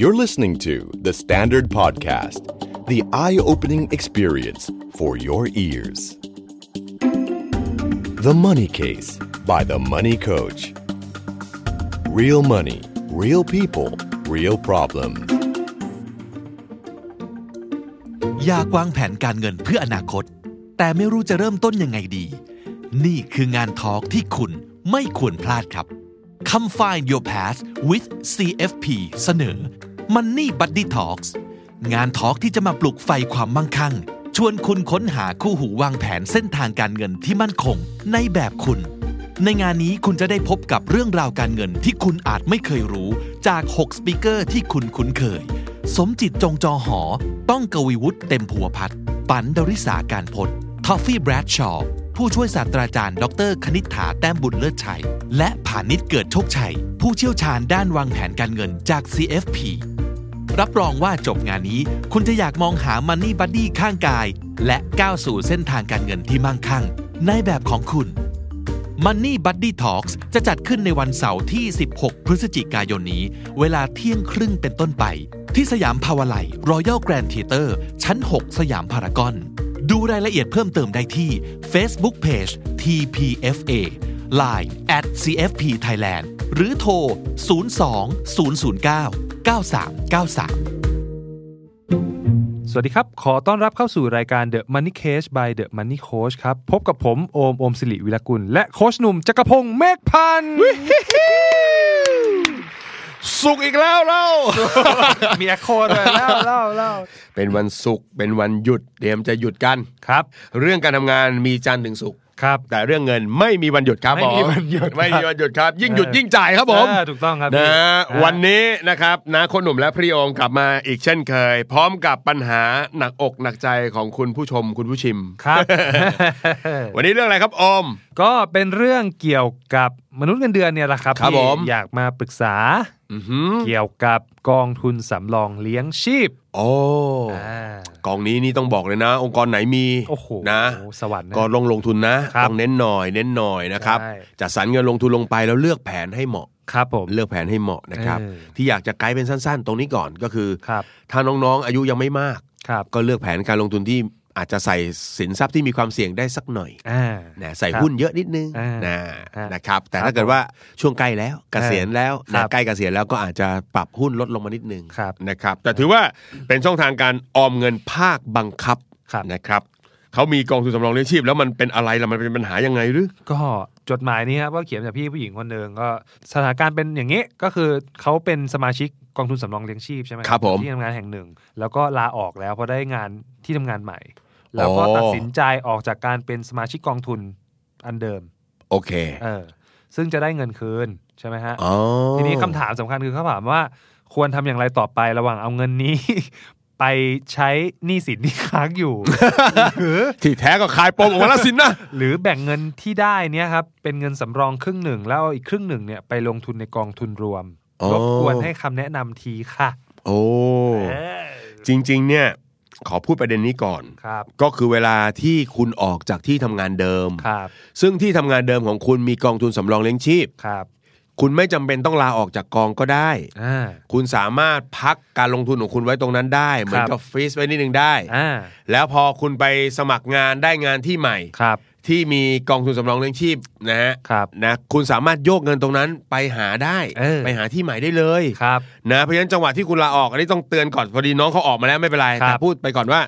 You're listening to The Standard Podcast, the eye opening experience for your ears. The Money Case by The Money Coach. Real money, real people, real problem. อยากวางแผนการเงินเพื่ออนาคต แต่ไม่รู้จะเริ่มต้นยังไงดี นี่คืองานทอล์กที่คุณไม่ควรพลาดครับ Come Find Your Path with CFP เสนอ Money Buddy Talks งานทอล์กที่จะมาปลุกไฟความมั่งคั่ง ชวนคุณค้นหาคู่หูวางแผนเส้นทางการเงินที่มั่นคงในแบบคุณ ในงานนี้คุณจะได้พบกับเรื่องราวการเงินที่คุณอาจไม่เคยรู้จาก 6 สปีกเกอร์ที่คุณคุ้นเคย สมจิตจงจอหอ ต้องกวีวุฒิเต็มผัวพัฒน์ปันดริสาการพศทอฟฟี่แบรดชอว์ผู้ช่วยศาสตราจารย์ดรคณิษฐาแต้มบุญเลิศชัย และผานิชเกิดโชคชัย ผู้เชี่ยวชาญด้านวางแผนการเงินจาก CFP รับรองว่าจบงานนี้ คุณจะอยากมองหามันนี่บัดดี้ข้างกาย และก้าวสู่เส้นทางการเงินที่มั่งคั่ง ในแบบของคุณ Money Buddy Talks จะจัดขึ้นในวันเสาร์ที่ 16 พฤศจิกายนนี้ เวลาเที่ยงครึ่งเป็นต้นไป ที่สยามพาวาไลรอยัลแกรนด์ทีเตอร์ชั้น 6 สยามพารากอน ดูรายละเอียดเพิ่มเติมได้ที่ Facebook Page TPFA Line at CFP Thailand หรือโทร 02 009 9393 สวัสดีครับ ขอต้อนรับเข้าสู่รายการ The Money Case by The Money Coach ครับ พบกับผมโอม โอมสิริวิรกุล และโคชหนุ่มจักรพงศ์เมฆพันธ์ สุกอีกแล้วเรา มีแอคโคด้วยเล่าเล่าเล่า เป็นวันศุกร์เป็นวันหยุดเตรียมจะหยุดกัน ครับ เรื่องการทำงานมีจันทร์ถึงศุกร์ ครับ แต่เรื่องเงินไม่มีวันหยุดครับ ไม่มี ผ วันหยุด ไม่มีวันหยุดครับ ยิ่งหยุด เออ ยิ่งจ่ายครับผม เออถูกต้องครับ นะ พี่อ่า วันนี้นะครับนะคนหนุ่มและพี่โอมกลับมาอีกเช่นเคย พร้อมกับปัญหาหนักอกหนักใจของคุณผู้ชมคุณผู้ชิม ครับ วันนี้เรื่องอะไรครับโอม ก็เป็นเรื่องเกี่ยวกับมนุษย์เงินเดือนเนี่ยแหละครับ ครับ ที่ ผม อยากมาปรึกษา อื้อหือ เกี่ยวกับกองทุนสำรองเลี้ยงชีพ โอ้ อ่าก องนี้นี่ต้องบอกเลยนะ องค์กรไหนมี โอ้โห นะ สวรรค์นะ ก็ลงลงทุนนะ ครับ ต้องเน้นหน่อย เน้นหน่อยนะครับ ใช่ จัดสรรเงินลงทุนลงไปแล้วเลือกแผนให้เหมาะ ครับผม เลือกแผนให้เหมาะนะครับ เออ ที่อยากจะไกด์เป็นสั้นๆ ตรงนี้ก่อนก็คือ ครับ ถ้าน้องๆ อายุยังไม่มาก ครับ ก็เลือกแผนการลงทุนที่อาจจะใส่สินทรัพย์ที่มีความเสี่ยงได้สักหน่อย อ่า นะใส่ ครับ หุ้นเยอะนิดนึง อ่าน นะ ฮะ นะครับ แต่ ครับ ถ้าเกิดว่าช่วงใกล้แล้วเกษียณแล้ว ครั นะ บ ใกล้เกษียณแล้วก็อาจจะปรับหุ้นลดลงมานิดนึง ครับ นะครับ แต่ถือว่าเป็นช่องทางการออมเงินภาคบังคับ ครับ นะครับเขามีกองทุนสำรองเลี้ยงชีพ แล้วมันเป็นอะไรล่ะมันเป็นปัญหายังไงหรือ ก็จดหมายนี้ครับก็เขียนจากพี่ผู้หญิงคนหนึ่งก็สถานการณ์เป็นอย่างนี้ก็คือเขาเป็นสมาชิกกองทุนสำรองเลี้ยงชีพใช่ไหม ครับผม ที่ทำงานแห่งหนึ่ง แล้วก็ลาออกแล้วเพราะได้งานที่ทำงานใหม่ แล้วก็ อ๋อ ตัดสินใจออกจากการเป็นสมาชิกกองทุนอันเดิม โอเค เออซึ่งจะได้เงินคืนใช่ไหมฮะ อ๋อ ทีนี้คำถามสำคัญคือเขาถามว่าควรทำอย่างไรต่อไประหว่างเอาเงินนี้ ไปใช้หนี้สินที่ค้างอยู่ หรือ ที่แท้ก็คลายปมออกมาแล้วสินนะ หรือแบ่งเงินที่ได้เนี่ยครับเป็นเงินสำรองครึ่งหนึ่ง แล้วเอาอีกครึ่งหนึ่งเนี่ยไปลงทุนในกองทุนรวม อ๋อ รบกวนให้คำแนะนำทีค่ะ โอ้ เออ จริงๆ เนี่ยขอพูดประเด็นนี้ก่อน ครับ ก็คือเวลาที่คุณออกจากที่ทำงานเดิม ครับ ซึ่งที่ทำงานเดิมของคุณมีกองทุนสำรองเลี้ยงชีพ ครับ คุณไม่จำเป็นต้องลาออกจากกองก็ได้ อ่า คุณสามารถพักการลงทุนของคุณไว้ตรงนั้นได้ เหมือคนรับ กับฟรีซไว้นิดนึงได้ อ่า แล้วพอคุณไปสมัครงานได้งานที่ใหม่ ครับ ที่มีกองทุนสำรองเลี้ยงชีพนะฮะ ครับ นะคุณสามารถโยกเงินตรงนั้นไปหาได้ เออ ไปหาที่ใหม่ได้เลย ครับ นะเพราะฉะนั้นจังหวะที่คุณลาออกอันนี้ต้องเตือนก่อนพอดีน้องเขาออกมาแล้วไม่เป็นไร ครับ แต่พูดไปก่อนว่า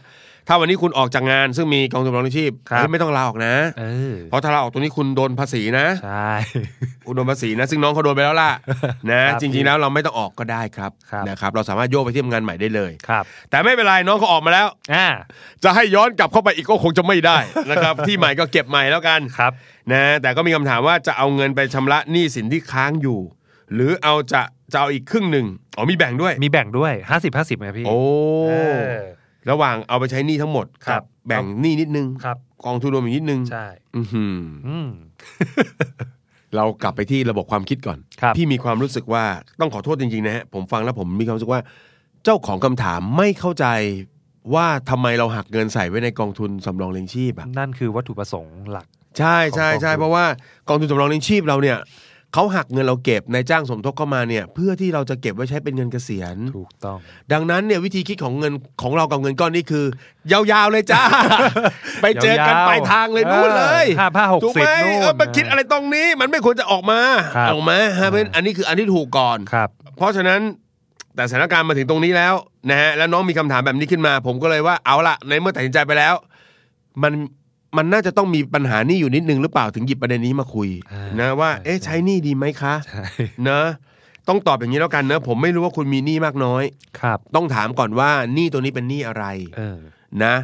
ถ้าวันนี้คุณออกจากงานซึ่งมีกองทุนสำรองเลี้ยงชีพ ครับ เฮ้ยไม่ต้องลาออกนะ เออ เพราะถ้าลาออกตรงนี้คุณโดนภาษีนะ ใช่ คุณโดนภาษีนะ ซึ่งน้องเขาโดนไปแล้วล่ะ นะครับ จริงๆแล้วเราไม่ต้องออกก็ได้ครับ ครับ นะครับเราสามารถโยกไปที่ทำงานใหม่ได้เลย ครับ แต่ไม่เป็นไรน้องเขาออกมาแล้ว อ่า จะให้ย้อนกลับเข้าไปอีกก็คงจะไม่ได้ นะครับ ที่ใหม่ก็เก็บใหม่แล้วกัน ครับ นะแต่ก็มีคำถามว่าจะเอาเงินไปชำระหนี้สินที่ค้างอยู่ หรือเอาจะจะเอาอีกครึ่งหนึ่งอ๋อมีแบ่งด้วย มีแบ่งด้วย 50 50ไหมพี่ โอ้ เออ ระหว่างเอาไปใช้หนี้ทั้งหมด ครับ กัแบ่งหนี้นิดนึง ครับ กองทุนรวมอีกนิดนึง ใช่ อื้อหือ อืม เรากลับไปที่ระบบความคิดก่อน ครับ พี่มีความรู้สึกว่าต้องขอโทษจริงๆนะฮะผมฟังแล้วผมมีความรู้สึกว่า เจ้าของคำถามไม่เข้าใจว่าทำไมเราหักเงินใส่ไว้ในกองทุนสำรองเลี้ยงชีพอะ นั่นคือวัตถุประสงค์หลัก ใช่ใช่ ของกองทุน ใช่เพราะว่ากองทุนสำรองเลี้ยงชีพเราเนี่ย เขาหักเงินเราเก็บนายจ้างสมทบเข้ามาเนี่ย เพื่อที่เราจะเก็บไว้ใช้เป็นเงินเกษียณ ถูกต้อง ดังนั้นเนี่ยวิธีคิดของเงินของเรากับเงินก้อนนี้คือ ยาวๆเลย จ้า ไปเจอกัน ยาวๆ ปลายทางเลยนู่นเลย เออห้าห้าหก ถูไหม สิบนู่น เออมาคิดอะไรตรงนี้มันไม่ควรจะออกมา ครับ ออกมาฮะเพราะฉะนั้นอันนี้คืออันที่ถูกก่อน ครับ เพราะฉะนั้นแต่สถานการณ์มาถึงตรงนี้แล้วนะฮะแล้วน้องมีคำถามแบบนี้ขึ้นมา ผมก็เลยว่าเอาละในเมื่อตัดสินใจไปแล้ว มันมันน่าจะต้องมีปัญหานี่อยู่นิดนึงหรือเปล่าถึงหยิบประเด็นนี้มาคุย อ่าน นะว่าเอ๊ะใช้หนี่ดีไหมคะเนอะต้องตอบอย่างนี้แล้วกันเนอะผมไม่รู้ว่าคุณมีหนี้มากน้อย ครับ ต้องถามก่อนว่าหนี้ตัวนี้เป็นหนี้อะไร เออ นะ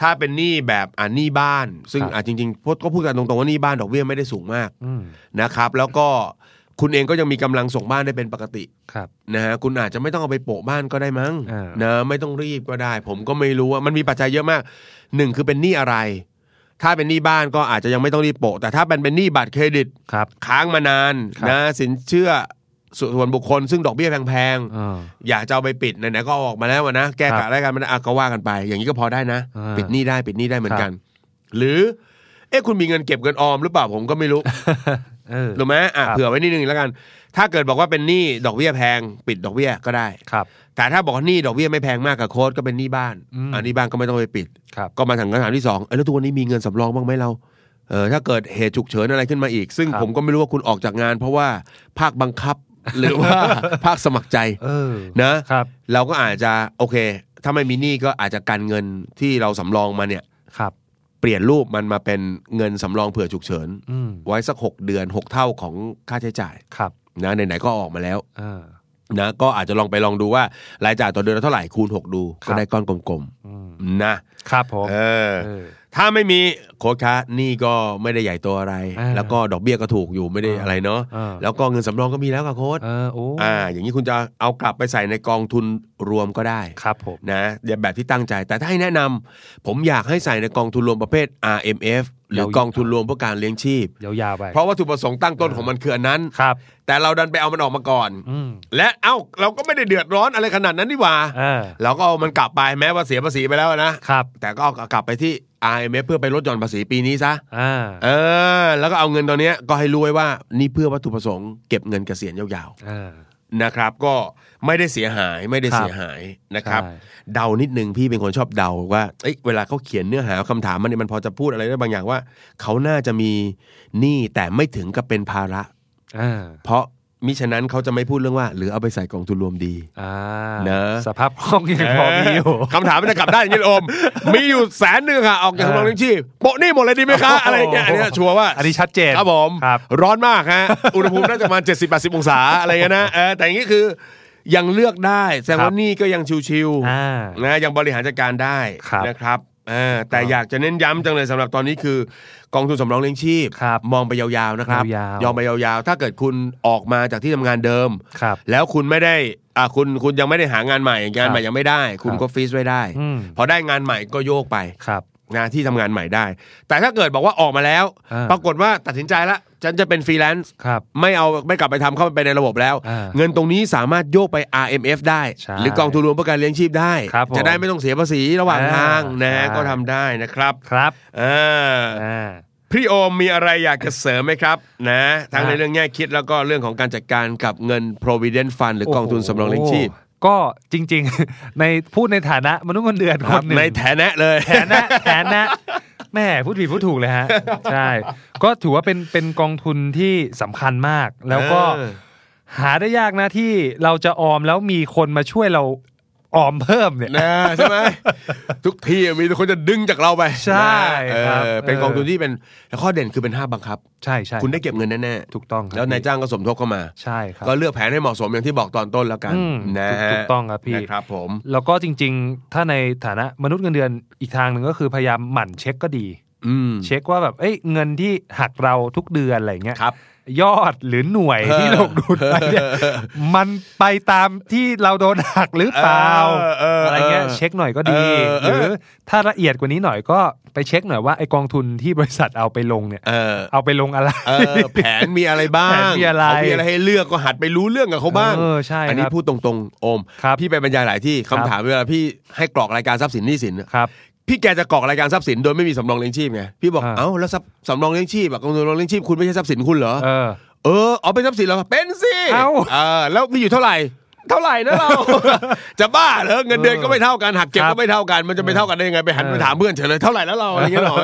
ถ้าเป็นหนี้แบบอ่าหนี้บ้าน ซึ่ง ครับ อ่ะจริงๆพวกก็พูดกันตรงๆว่าหนี้บ้านดอกเบี้ยไม่ได้สูงมาก อืม นะครับ แล้วก็คุณเองก็ยังมีกำลังส่งบ้านได้เป็นปกติ ครับ นะฮะคุณอาจจะไม่ต้องเอาไปโปะบ้านก็ได้มั้ง อ่าน นะไม่ต้องรีบก็ได้ ผมก็ไม่รู้ว่ามันมีปัจจัยเยอะมากหนึ่งคือเป็นหนี้อะไร ถ้าเป็นหนี้บ้านก็อาจจะยังไม่ต้องรีบโปะแต่ถ้าเป็นเป็นหนี้บัตรเครดิต ครับ ค้างมานาน ครับ นะสินเชื่อส่วนบุคคล ซึ่งดอกเบี้ยแพง เออ ๆอยากจะเอาไปปิดไหนๆก็เอาออกมาแล้วอะนะแก้ ครั กะ บ ได้กันมันอ่ะก็ว่ากันไป อย่างนี้ก็พอได้นะ อ่า ปิดหนี้ได้ปิดหนี้ได้เหมือนกัน หรือเอ๊ะคุณมีเงินเก็บเงินออมหรือเปล่าผมก็ ไม่รู้ เออ ถูกไหมอ่ะ ครับ เผื่อไว้นิดนึงแล้วกัน ถ้าเกิดบอกว่าเป็นหนี้ดอกเบี้ยแพง ปิดดอกเบี้ยก็ได้ ครับ แต่ถ้าบอกว่าหนี้ดอกเบี้ยไม่แพงมากกับโค้ดก็เป็นหนี้บ้าน อืม นนี้บ้านก็ไม่ต้องไปปิด ครับ ก็มาถึงคำถามที่สองเอ้ยแล้วทุกวันนี้มีเงินสำรองบ้างไหมเราเออถ้าเกิดเหตุฉุกเฉินอะไรขึ้นมาอีก ซึ่งผมก็ไม่รู้ว่าคุณออกจากงาน เพราะว่าภาคบังคับ หรือว่าภาคสมัครใจ เออ นะครับ เราก็อาจจะโอเค ถ้าไม่มีหนี้ก็อาจจะกันเงินที่เราสำรองมาเนี่ย ครับ เปลี่ยนรูปมันมาเป็นเงินสำรองเผื่อฉุกเฉิน อืม ไว้สักหกเดือนหกเท่าของค่าใช้จ่าย ครับ นะไหนๆก็ออกมาแล้ว เออ นะก็อาจจะลองไปลองดูว่ารายจ่ายต่อเดือนเราเท่าไหร่คูณ 6 ดู ครั ก็ บ ได้ก้อนกลม อืม ๆนะครับ ผม เออ เออ ถ้าไม่มีโค้ดคะหนี่ก็ไม่ได้ใหญ่โตัวอะไร อ่า แล้วก็ดอกเบี้ยก็ถูกอยู่ไม่ได้ อ่า อะไรเนาะ อ่า แล้วก็เงินสำรองก็มีแล้วกับโค้ด เออโอ้ อ่า อย่างนี้คุณจะเอากลับไปใส่ในกองทุนรวมก็ได้ ครับผม นะอย่าแบบที่ตั้งใจ แต่ถ้าให้แนะนำผมอยากให้ใส่ในกองทุนรวมประเภท RMF หรือกองทุนรวมเพื่อการเลี้ยงชีพ ยาวๆไป เพราะวัตถุประสงค์ตั้งต้นของมันคืออันนั้น ครับ แต่เราดันไปเอามันออกมาก่อน อืม และเอ้าเราก็ไม่ได้เดือดร้อนอะไรขนาดนั้นนี่หว่า เออ เราก็เอามันกลับไปแม้ว่าเสียภาษีไปแล้วนะ ครับ แต่ก็เอากลับไปที่ IMF เพื่อไปลดหย่อนภาษีปีนี้ซะ อ่า เออ แล้วก็เอาเงินตอนเนี้ยก็ให้รู้ไว้ว่านี่เพื่อวัตถุประสงค์เก็บเงินเกษียณยาว เออ ๆนะครับ ก็ไม่ได้เสียหายไม่ได้เสียหายนะครับ ใช่ เดานิดนึงพี่เป็นคนชอบเดาว่าเอ้ยเวลาเขาเขียนเนื้อหาคำถามมันเนี่ยมันพอจะพูดอะไรได้บางอย่างว่า เขาน่าจะมีหนี้แต่ไม่ถึงกับเป็นภาระ เออ เพราะมิฉะนั้นเขาจะไม่พูดเรื่องว่า หรือเอาไปใส่กองทุนรวมดี อ่า เนอะ สภาพคล่องยังพอมีอยู่ คำถามมันจะกลับได้านอย่างนี้โอ ม มีอยู่แสนหนึ่งค่ะ ออกจาก เออ กำลังเลี้ยงชีพโปะหนี่หมดเลยดีไหมคะ อะไรอย่างเงี้ยอันเนี้ยชัวร์ว่า อันนี้ชัดเจน ครับผม ครับ ร้อนมากฮะ อุณหภูมิน่าจะประมาณ 70 80 องศาอะไรเงี้ยนะเออแต่อย่างนี้คือ ยังเลือกได้ แสดง ครั ว่า บ นี่ก็ยังชิว อ่า ๆนะยังบริหารจัดการได้ ครับ นะครับเออแต่อยากจะเน้นย้ำจังเลยสำหรับตอนนี้คือ กองทุนสำรองเลี้ยงชีพ ครับ มองไปยาวๆนะครับ ยาวๆ ยองไปยาวๆ ถ้าเกิดคุณออกมาจากที่ทำงานเดิม ครับ แล้วคุณไม่ได้อ่าคุณคุณยังไม่ได้หางานใหม่งานใหม่ ครับ ยังไม่ได้ คุณ ครับ ก็ฟรีซไว้ได้ อืม พอได้งานใหม่ก็โยกไป ครับ งานที่ทำงานใหม่ได้ แต่ถ้าเกิดบอกว่าออกมาแล้ว อ่า ปรากฏว่าตัดสินใจแล้วฉันจะเป็นฟรีแลนซ์ ครับ ไม่เอาไม่กลับไปทำเข้าไปในระบบแล้ว อ่า เงินตรงนี้สามารถโยกไป RMF ได้ ใช่ หรือกองทุนรวมเพื่อการเลี้ยงชีพได้ ครับผม จะได้ไม่ต้องเสียภาษีระหว่าง อ่า ทางนะฮะ ใช่ ก็ทำได้นะครับ ครับ อ่า อ่า พี่โอมมีอะไรอยากจะเสริมไหมครับ นะทั้ง อ่ะ ในเรื่องแง่คิดแล้วก็เรื่องของการจัดการกับเงิน provident fund หรือกองทุนสำรองเลี้ยงชีพ โอ้โหก็จริง ๆ ในพูดในฐานะมนุษย์เงินเดือน ค ค รั น บ หนึ่ง ในแถนะเลย แผนนะแผนนะแม่พูดผิดพูดถูกเลยฮะ ใช่ ก็ถือว่าเป็นเป็นกองทุนที่สำคัญมาก แล้วก็ เออ หาได้ยากนะที่เราจะออมแล้วมีคนมาช่วยเราออมเพิ่ม เนี่ย นะใช่ไหมทุกทีมีแต่คนจะดึงจากเราไป ใช่ นะครับเออเป็น เออ กองทุนที่เป็นแล้วข้อเด่นคือเป็นห้ามบังคับ ใช่ใช่ คุณได้เก็บเงินแน่ๆ ถูกต้องครับ แล้วนายจ้างก็สมทบเข้ามา ใช่ครับ ก็เลือกแผนให้เหมาะสมอย่างที่บอกตอนต้นแล้วกัน อืม นะฮะ ถูกต้องครับพี่ นะครับผม แล้วก็จริง ๆ ถ้าในฐานะมนุษย์เงินเดือนอีกทางหนึ่งก็คือพยายามหมั่นเช็คก็ดี อืม เช็คว่าแบบเอ้ยเงินที่หักเราทุกเดือนอะไรอย่างเงี้ย ครับ ยอดหรือหน่วยที่ลงทุนไป เนี่ยมันไปตามที่เราโดนหักหรือเปล่า เออเออ อะไรเงี้ย เออ เช็คหน่อยก็ดี เออเออ หรือถ้าละเอียดกว่านี้หน่อยก็ไปเช็คหน่อยว่าไอกองทุนที่บริษัทเอาไปลงเนี่ย เออ เอาไปลงอะไร เออแผนมีอะไรบ้าง แผนมีอะไร เขามีอะไรให้เลือกก็หัดไปรู้เรื่องกับเขาบ้าง เออใช่ครับ นนี้พูดตรงๆ โอม ครับ พี่ไปบรรยายหลายที่ ครั คำ บ ถามเวลาพี่ให้กรอกรายการทรัพย์สินหนี้สิน ครับ พี่แกจะกรอกรายการทรัพย์สินโดยไม่มีสำรองเลี้ยงชีพไง พี่บอก อ่า เอ้าแล้วทรัพย์สำรองเลี้ยงชีพอะกองทุนสำรองเลี้ยงชีพคุณไม่ใช่ทรัพย์สินคุณเหรอ เออ เออเอาเป็นทรัพย์สินเหรอเป็นสิ เอ้า เออแล้วมีอยู่เท่าไหร่ เท่าไหร่นะเรา จะบ้าเหรอเงินเดือนก็ไม่เท่ากันหักเก็บ ครั ก็ บ ไม่เท่ากันมันจะไม่เท่ากันได้ยังไงไปหัน เออ ไปถามเพื่อนเฉยเลยเท่าไหร่แล้วเราอะไรอย่างเงี้ยหรอ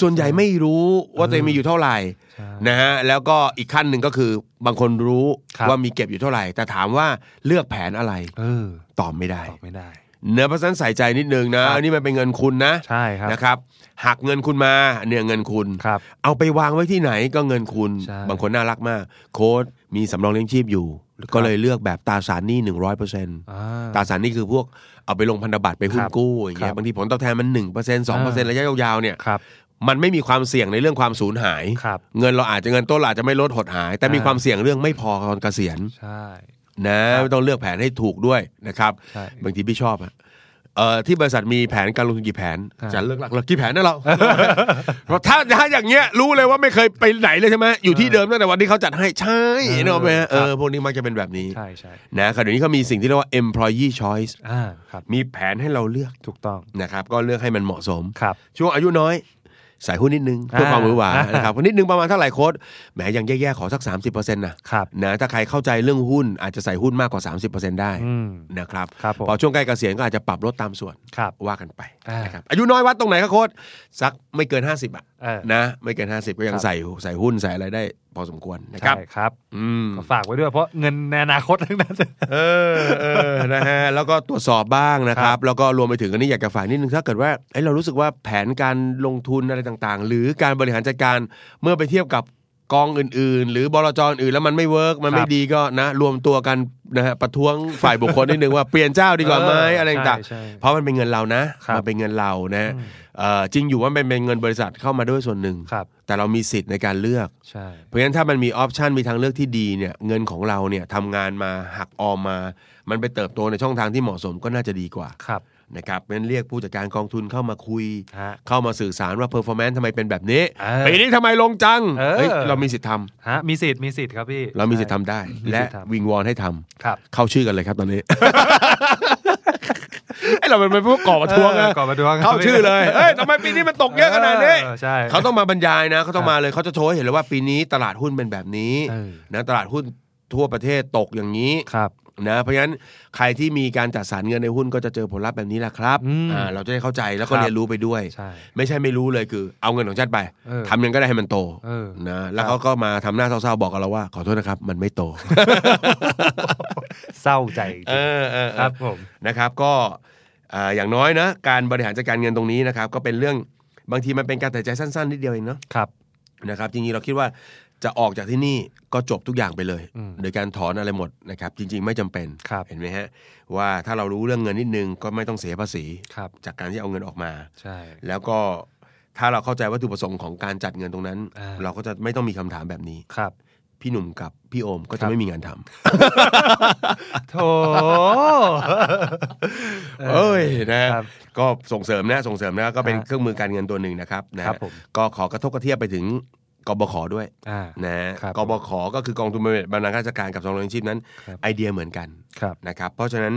ส่วนใหญ่ไม่รู้ว่าตัวเองมีอยู่เท่าไหร่ ใช่ นะฮะแล้วก็อีกขั้นหนึ่งก็คือบางคนรู้ ครับ ว่ามีเก็บอยู่เท่าไหร่ แต่ถามว่าเลือกแผนอะไร เออ ตอบไม่ได้ ตอบไม่ได้ เนื้อเพราะฉะนั้นใส่ใจนิดนึงนะครับ อันนี้มันเป็นเงินคุณนะ ใช่ครับ นะครับหักเงินคุณมาเนี่ยเงินคุณ ครับ เอาไปวางไว้ที่ไหนก็เงินคุณ ใช่ บางคนน่ารักมาก โค้ดมีสำรองเลี้ยงชีพอยู่ ครับ ก็เลยเลือกแบบตราสารหนี้หนึ่งร้อยเปอร์เซ็นต์ อ่า ตราสารหนี้คือพวกเอาไปลงพันธบัตรไปหุ้น ครับ กู้อย่างครัเงี้บบยางทีผลตอบแทนมันหนึ่งเปอร์เซ็นต์สองเปอร์เซ็น อ่า ต์ระยะยาวๆเนี่ย ครับ มันไม่มีความเสี่ยงในเรื่องความสูญหาย ครับ เงินเราอาจจะเงินต้นเราอาจจะไม่ลดหดหาย แต่มี อ่า ความเสี่ยงเรื่องไม่พอตอนเกษียณ ใช่ นะครับ ต้องเลือกแผนให้ถูกด้วยนะครับ ใช่ บางทีพี่ชอบอะเอ่อที่บริษัทมีแผนการลงทุนกี่แผน อ่า จะเลือกหลักหลักกี่แผนนะ เรา เพราะถ้าถ้าอย่างเงี้ยรู้เลยว่าไม่เคยไปไหนเลยใช่ไหมอยู่ที่เดิมตั้งแต่วันที่เขาจัดให้ใช่ เออ เนกอะไหมฮะเอ ค อ รับ พวกนี้มักจะเป็นแบบนี้ ใช่ใช่ นะคราวนี้เขามีสิ่งที่เรียกว่า employee choice อ่าครับ มีแผนให้เราเลือก ถูกต้อง นะครับก็เลือกให้มันเหมาะสม ครับ ช่วงอายุน้อยใส่หุ้นนิดนึงเพื่อความหวือหวา อ่า นะครับนิดนึงประมาณเท่าไหร่โค้ดแหมยังแย่ๆขอสัก 30%นะครับ นะถ้าใครเข้าใจเรื่องหุ้นอาจจะใส่หุ้นมากกว่า 30%ได้ อืม นะครับ ครับผม พอช่วงใกล้เกษียณก็อาจจะปรับลดตามส่วน ครับ ว่ากันไป อ่า นะครับอายุน้อยวัดตรงไหนครับโค้ดสักไม่เกิน 50อ่ะ เออ นะไม่เกินห้าสิบก็ยั ค ง รับ ใส่ใส่หุ้นใส่อะไรได้พอสมควรนะค ใช่ รับ ครับ อืม ก็ฝากไว้ด้วยเพราะเงินในอนาคตทั้งนั้น เออเออนะฮะแล้วก็ตรวจสอบบ้างนะค ครั รับ บ แล้วก็รวมไปถึงอันนี้อยากจะฝากนิดนึงถ้าเกิดว่าเอ้ยเรารู้สึกว่าแผนการลงทุนอะไรต่างๆ หรือการบริหารจัดการเมื่อไปเทียบกับกองอื่น ๆ หรือบลจอื่นแล้วมันไม่เวิร์กมัน ค ไม่ รับ ดีก็นะ รวมตัวกันนะฮะประท้วงฝ่ายบุคคลนิดนึงว่าเปลี่ยนเจ้าดีกว่าไหม เออ อะไรต่าง ใช่ใช่ ๆเพราะมันเป็นเงินเรานะครับ มันเป็นเงินเรานะเอ่อจริงอยู่ว่ามันเป็นเงินบริษัทเข้ามาด้วยส่วนหนึ่ง ครับ แต่เรามีสิทธิ์ในการเลือก ใช่ เพราะฉะนั้นถ้ามันมีออปชันมีทางเลือกที่ดีเนี่ยเงินของเราเนี่ยทำงานมาหักออมมา มันไปเติบโตในช่องทางที่เหมาะสมก็น่าจะดีกว่า ครับ นะครับเป็นเรียกผู้จัดการกองทุนเข้ามาคุย ฮะ เข้ามาสื่อสารว่า performance ทำไมเป็นแบบนี้ เออ ปีนี้ทำไมลงจัง เออ ยเรามีสิทธิ์ท ฮะมีสิทธิ์มีสิทธิ์ครับพี่ ำเรามีสิทธิ์ทำได้ มี และ สิทธิ์ทำ วิงวอนให้ท ครับ ำเข้าชื่อกันเลยครับตอนนี้ ไอ เราเป็นพวกก่อประท้วง เอ นะ อก่อประท้วงครับ เข้าชื่อเลยเอ้ยทำไมปีนี้มันตกเยอะขนาดนี้ เออใช่ เขาต้องมาบรรยายนะเขาต้องมาเลยเขาจะโชว์ให้เห็นเลยว่าปีนี้ตลาดหุ้นเป็นแบบนี้ เออ นะตลาดหุ้นทั่วประเทศตกอย่างนี้ ครับ นะเพราะฉะนั้นใครที่มีการจัดสรรเงินในหุ้นก็จะเจอผลลัพธ์แบบนี้แหละครับ อืม อ่าเราจะได้เข้าใจแล้วก็ ครับ เรียนรู้ไปด้วย ใช่ ไม่ใช่ไม่รู้เลยคือ เอาเงินของชาติไป เออ ทำยังไงก็ได้ให้มันโต เออ นะแล้วเขาก็มาทำหน้าเศร้าๆบอกกับเราว่า ขอโทษนะครับ มันไม่โต เศร้าใจจริง เออเออเออ ครับผม นะครับก็เอ่ออย่างน้อยนะการบริหารจัดการเงินตรงนี้นะครับก็เป็นเรื่องบางทีมันเป็นการตัดใจสั้นๆนิดเดียวเองเนาะ ครับ นะครับจริงๆเราคิดว่าจะออกจากที่นี่ก็จบทุกอย่างไปเลย อืม โดยการถอนอะไรหมดนะครับจริง ๆ ไม่จำเป็น ครับ เห็นไหมฮะว่าถ้าเรารู้เรื่องเงินนิดนึงก็ไม่ต้องเสียภาษี ครับ จากการที่เอาเงินออกมา ใช่ แล้วก็ถ้าเราเข้าใจวัตถุประสงค์ของการจัดเงินตรงนั้น อ่า เราก็จะไม่ต้องมีคำถามแบบนี้ ครับ พี่หนุ่มกับพี่โอมก็ ครั จะ บ ไม่มีงานทำ โถ เอ้ยนะครับ ก็ส่งเสริมนะส่งเสริมนะก็เป็น ฮะ เครื่องมือการเงินตัวหนึ่งนะครับนะครับ ผม ก็ขอกระทบกระเทียบไปถึงกบขด้วย อ่า นะครับ กบขก็คือกองทุนบำเหน็จบำนาญข้าราชการกับสำรองเลี้ยงชีพนั้น ครับ ไอเดียเหมือนกัน ครับ นะครับเพราะฉะนั้น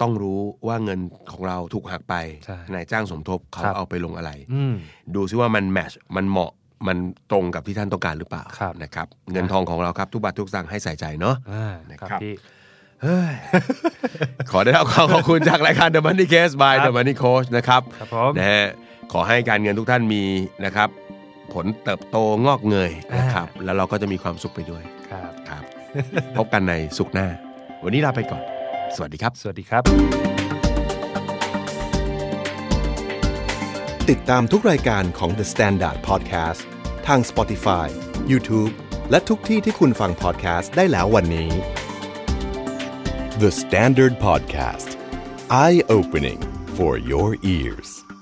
ต้องรู้ว่าเงินของเราถูกหักไป ใช่ นายจ้างสมทบเขา ครับ เอาไปลงอะไร อืม ดูซิว่ามันแมชมันเหมาะมันตรงกับที่ท่านต้องการหรือเปล่า ครับ นะครับเงินทองของเราครับทุกบาททุกสตางค์ให้ใส่ใจเนาะ อ่า นะ ค ครั รับ บพี่ เฮ้ย ขอได้รับความขอบคุณจากรายการ The Money Case by ครั The บ Money Coach นะครับ ครับผม นะฮะขอให้การเงินทุกท่านมีนะครับ ผลเติบโตงอกเงยนะครับ แล้วเราก็จะมีความสุขไปด้วย ครับ ครับ พบกัน ในสุขหน้า วันนี้ลาไปก่อน สวัสดีครับ สวัสดีครับ ติดตามทุกรายการของ The Standard Podcast ทาง Spotify, YouTube และทุกที่ที่คุณฟัง podcast ได้แล้ววันนี้ The Standard Podcast Eye Opening for Your Ears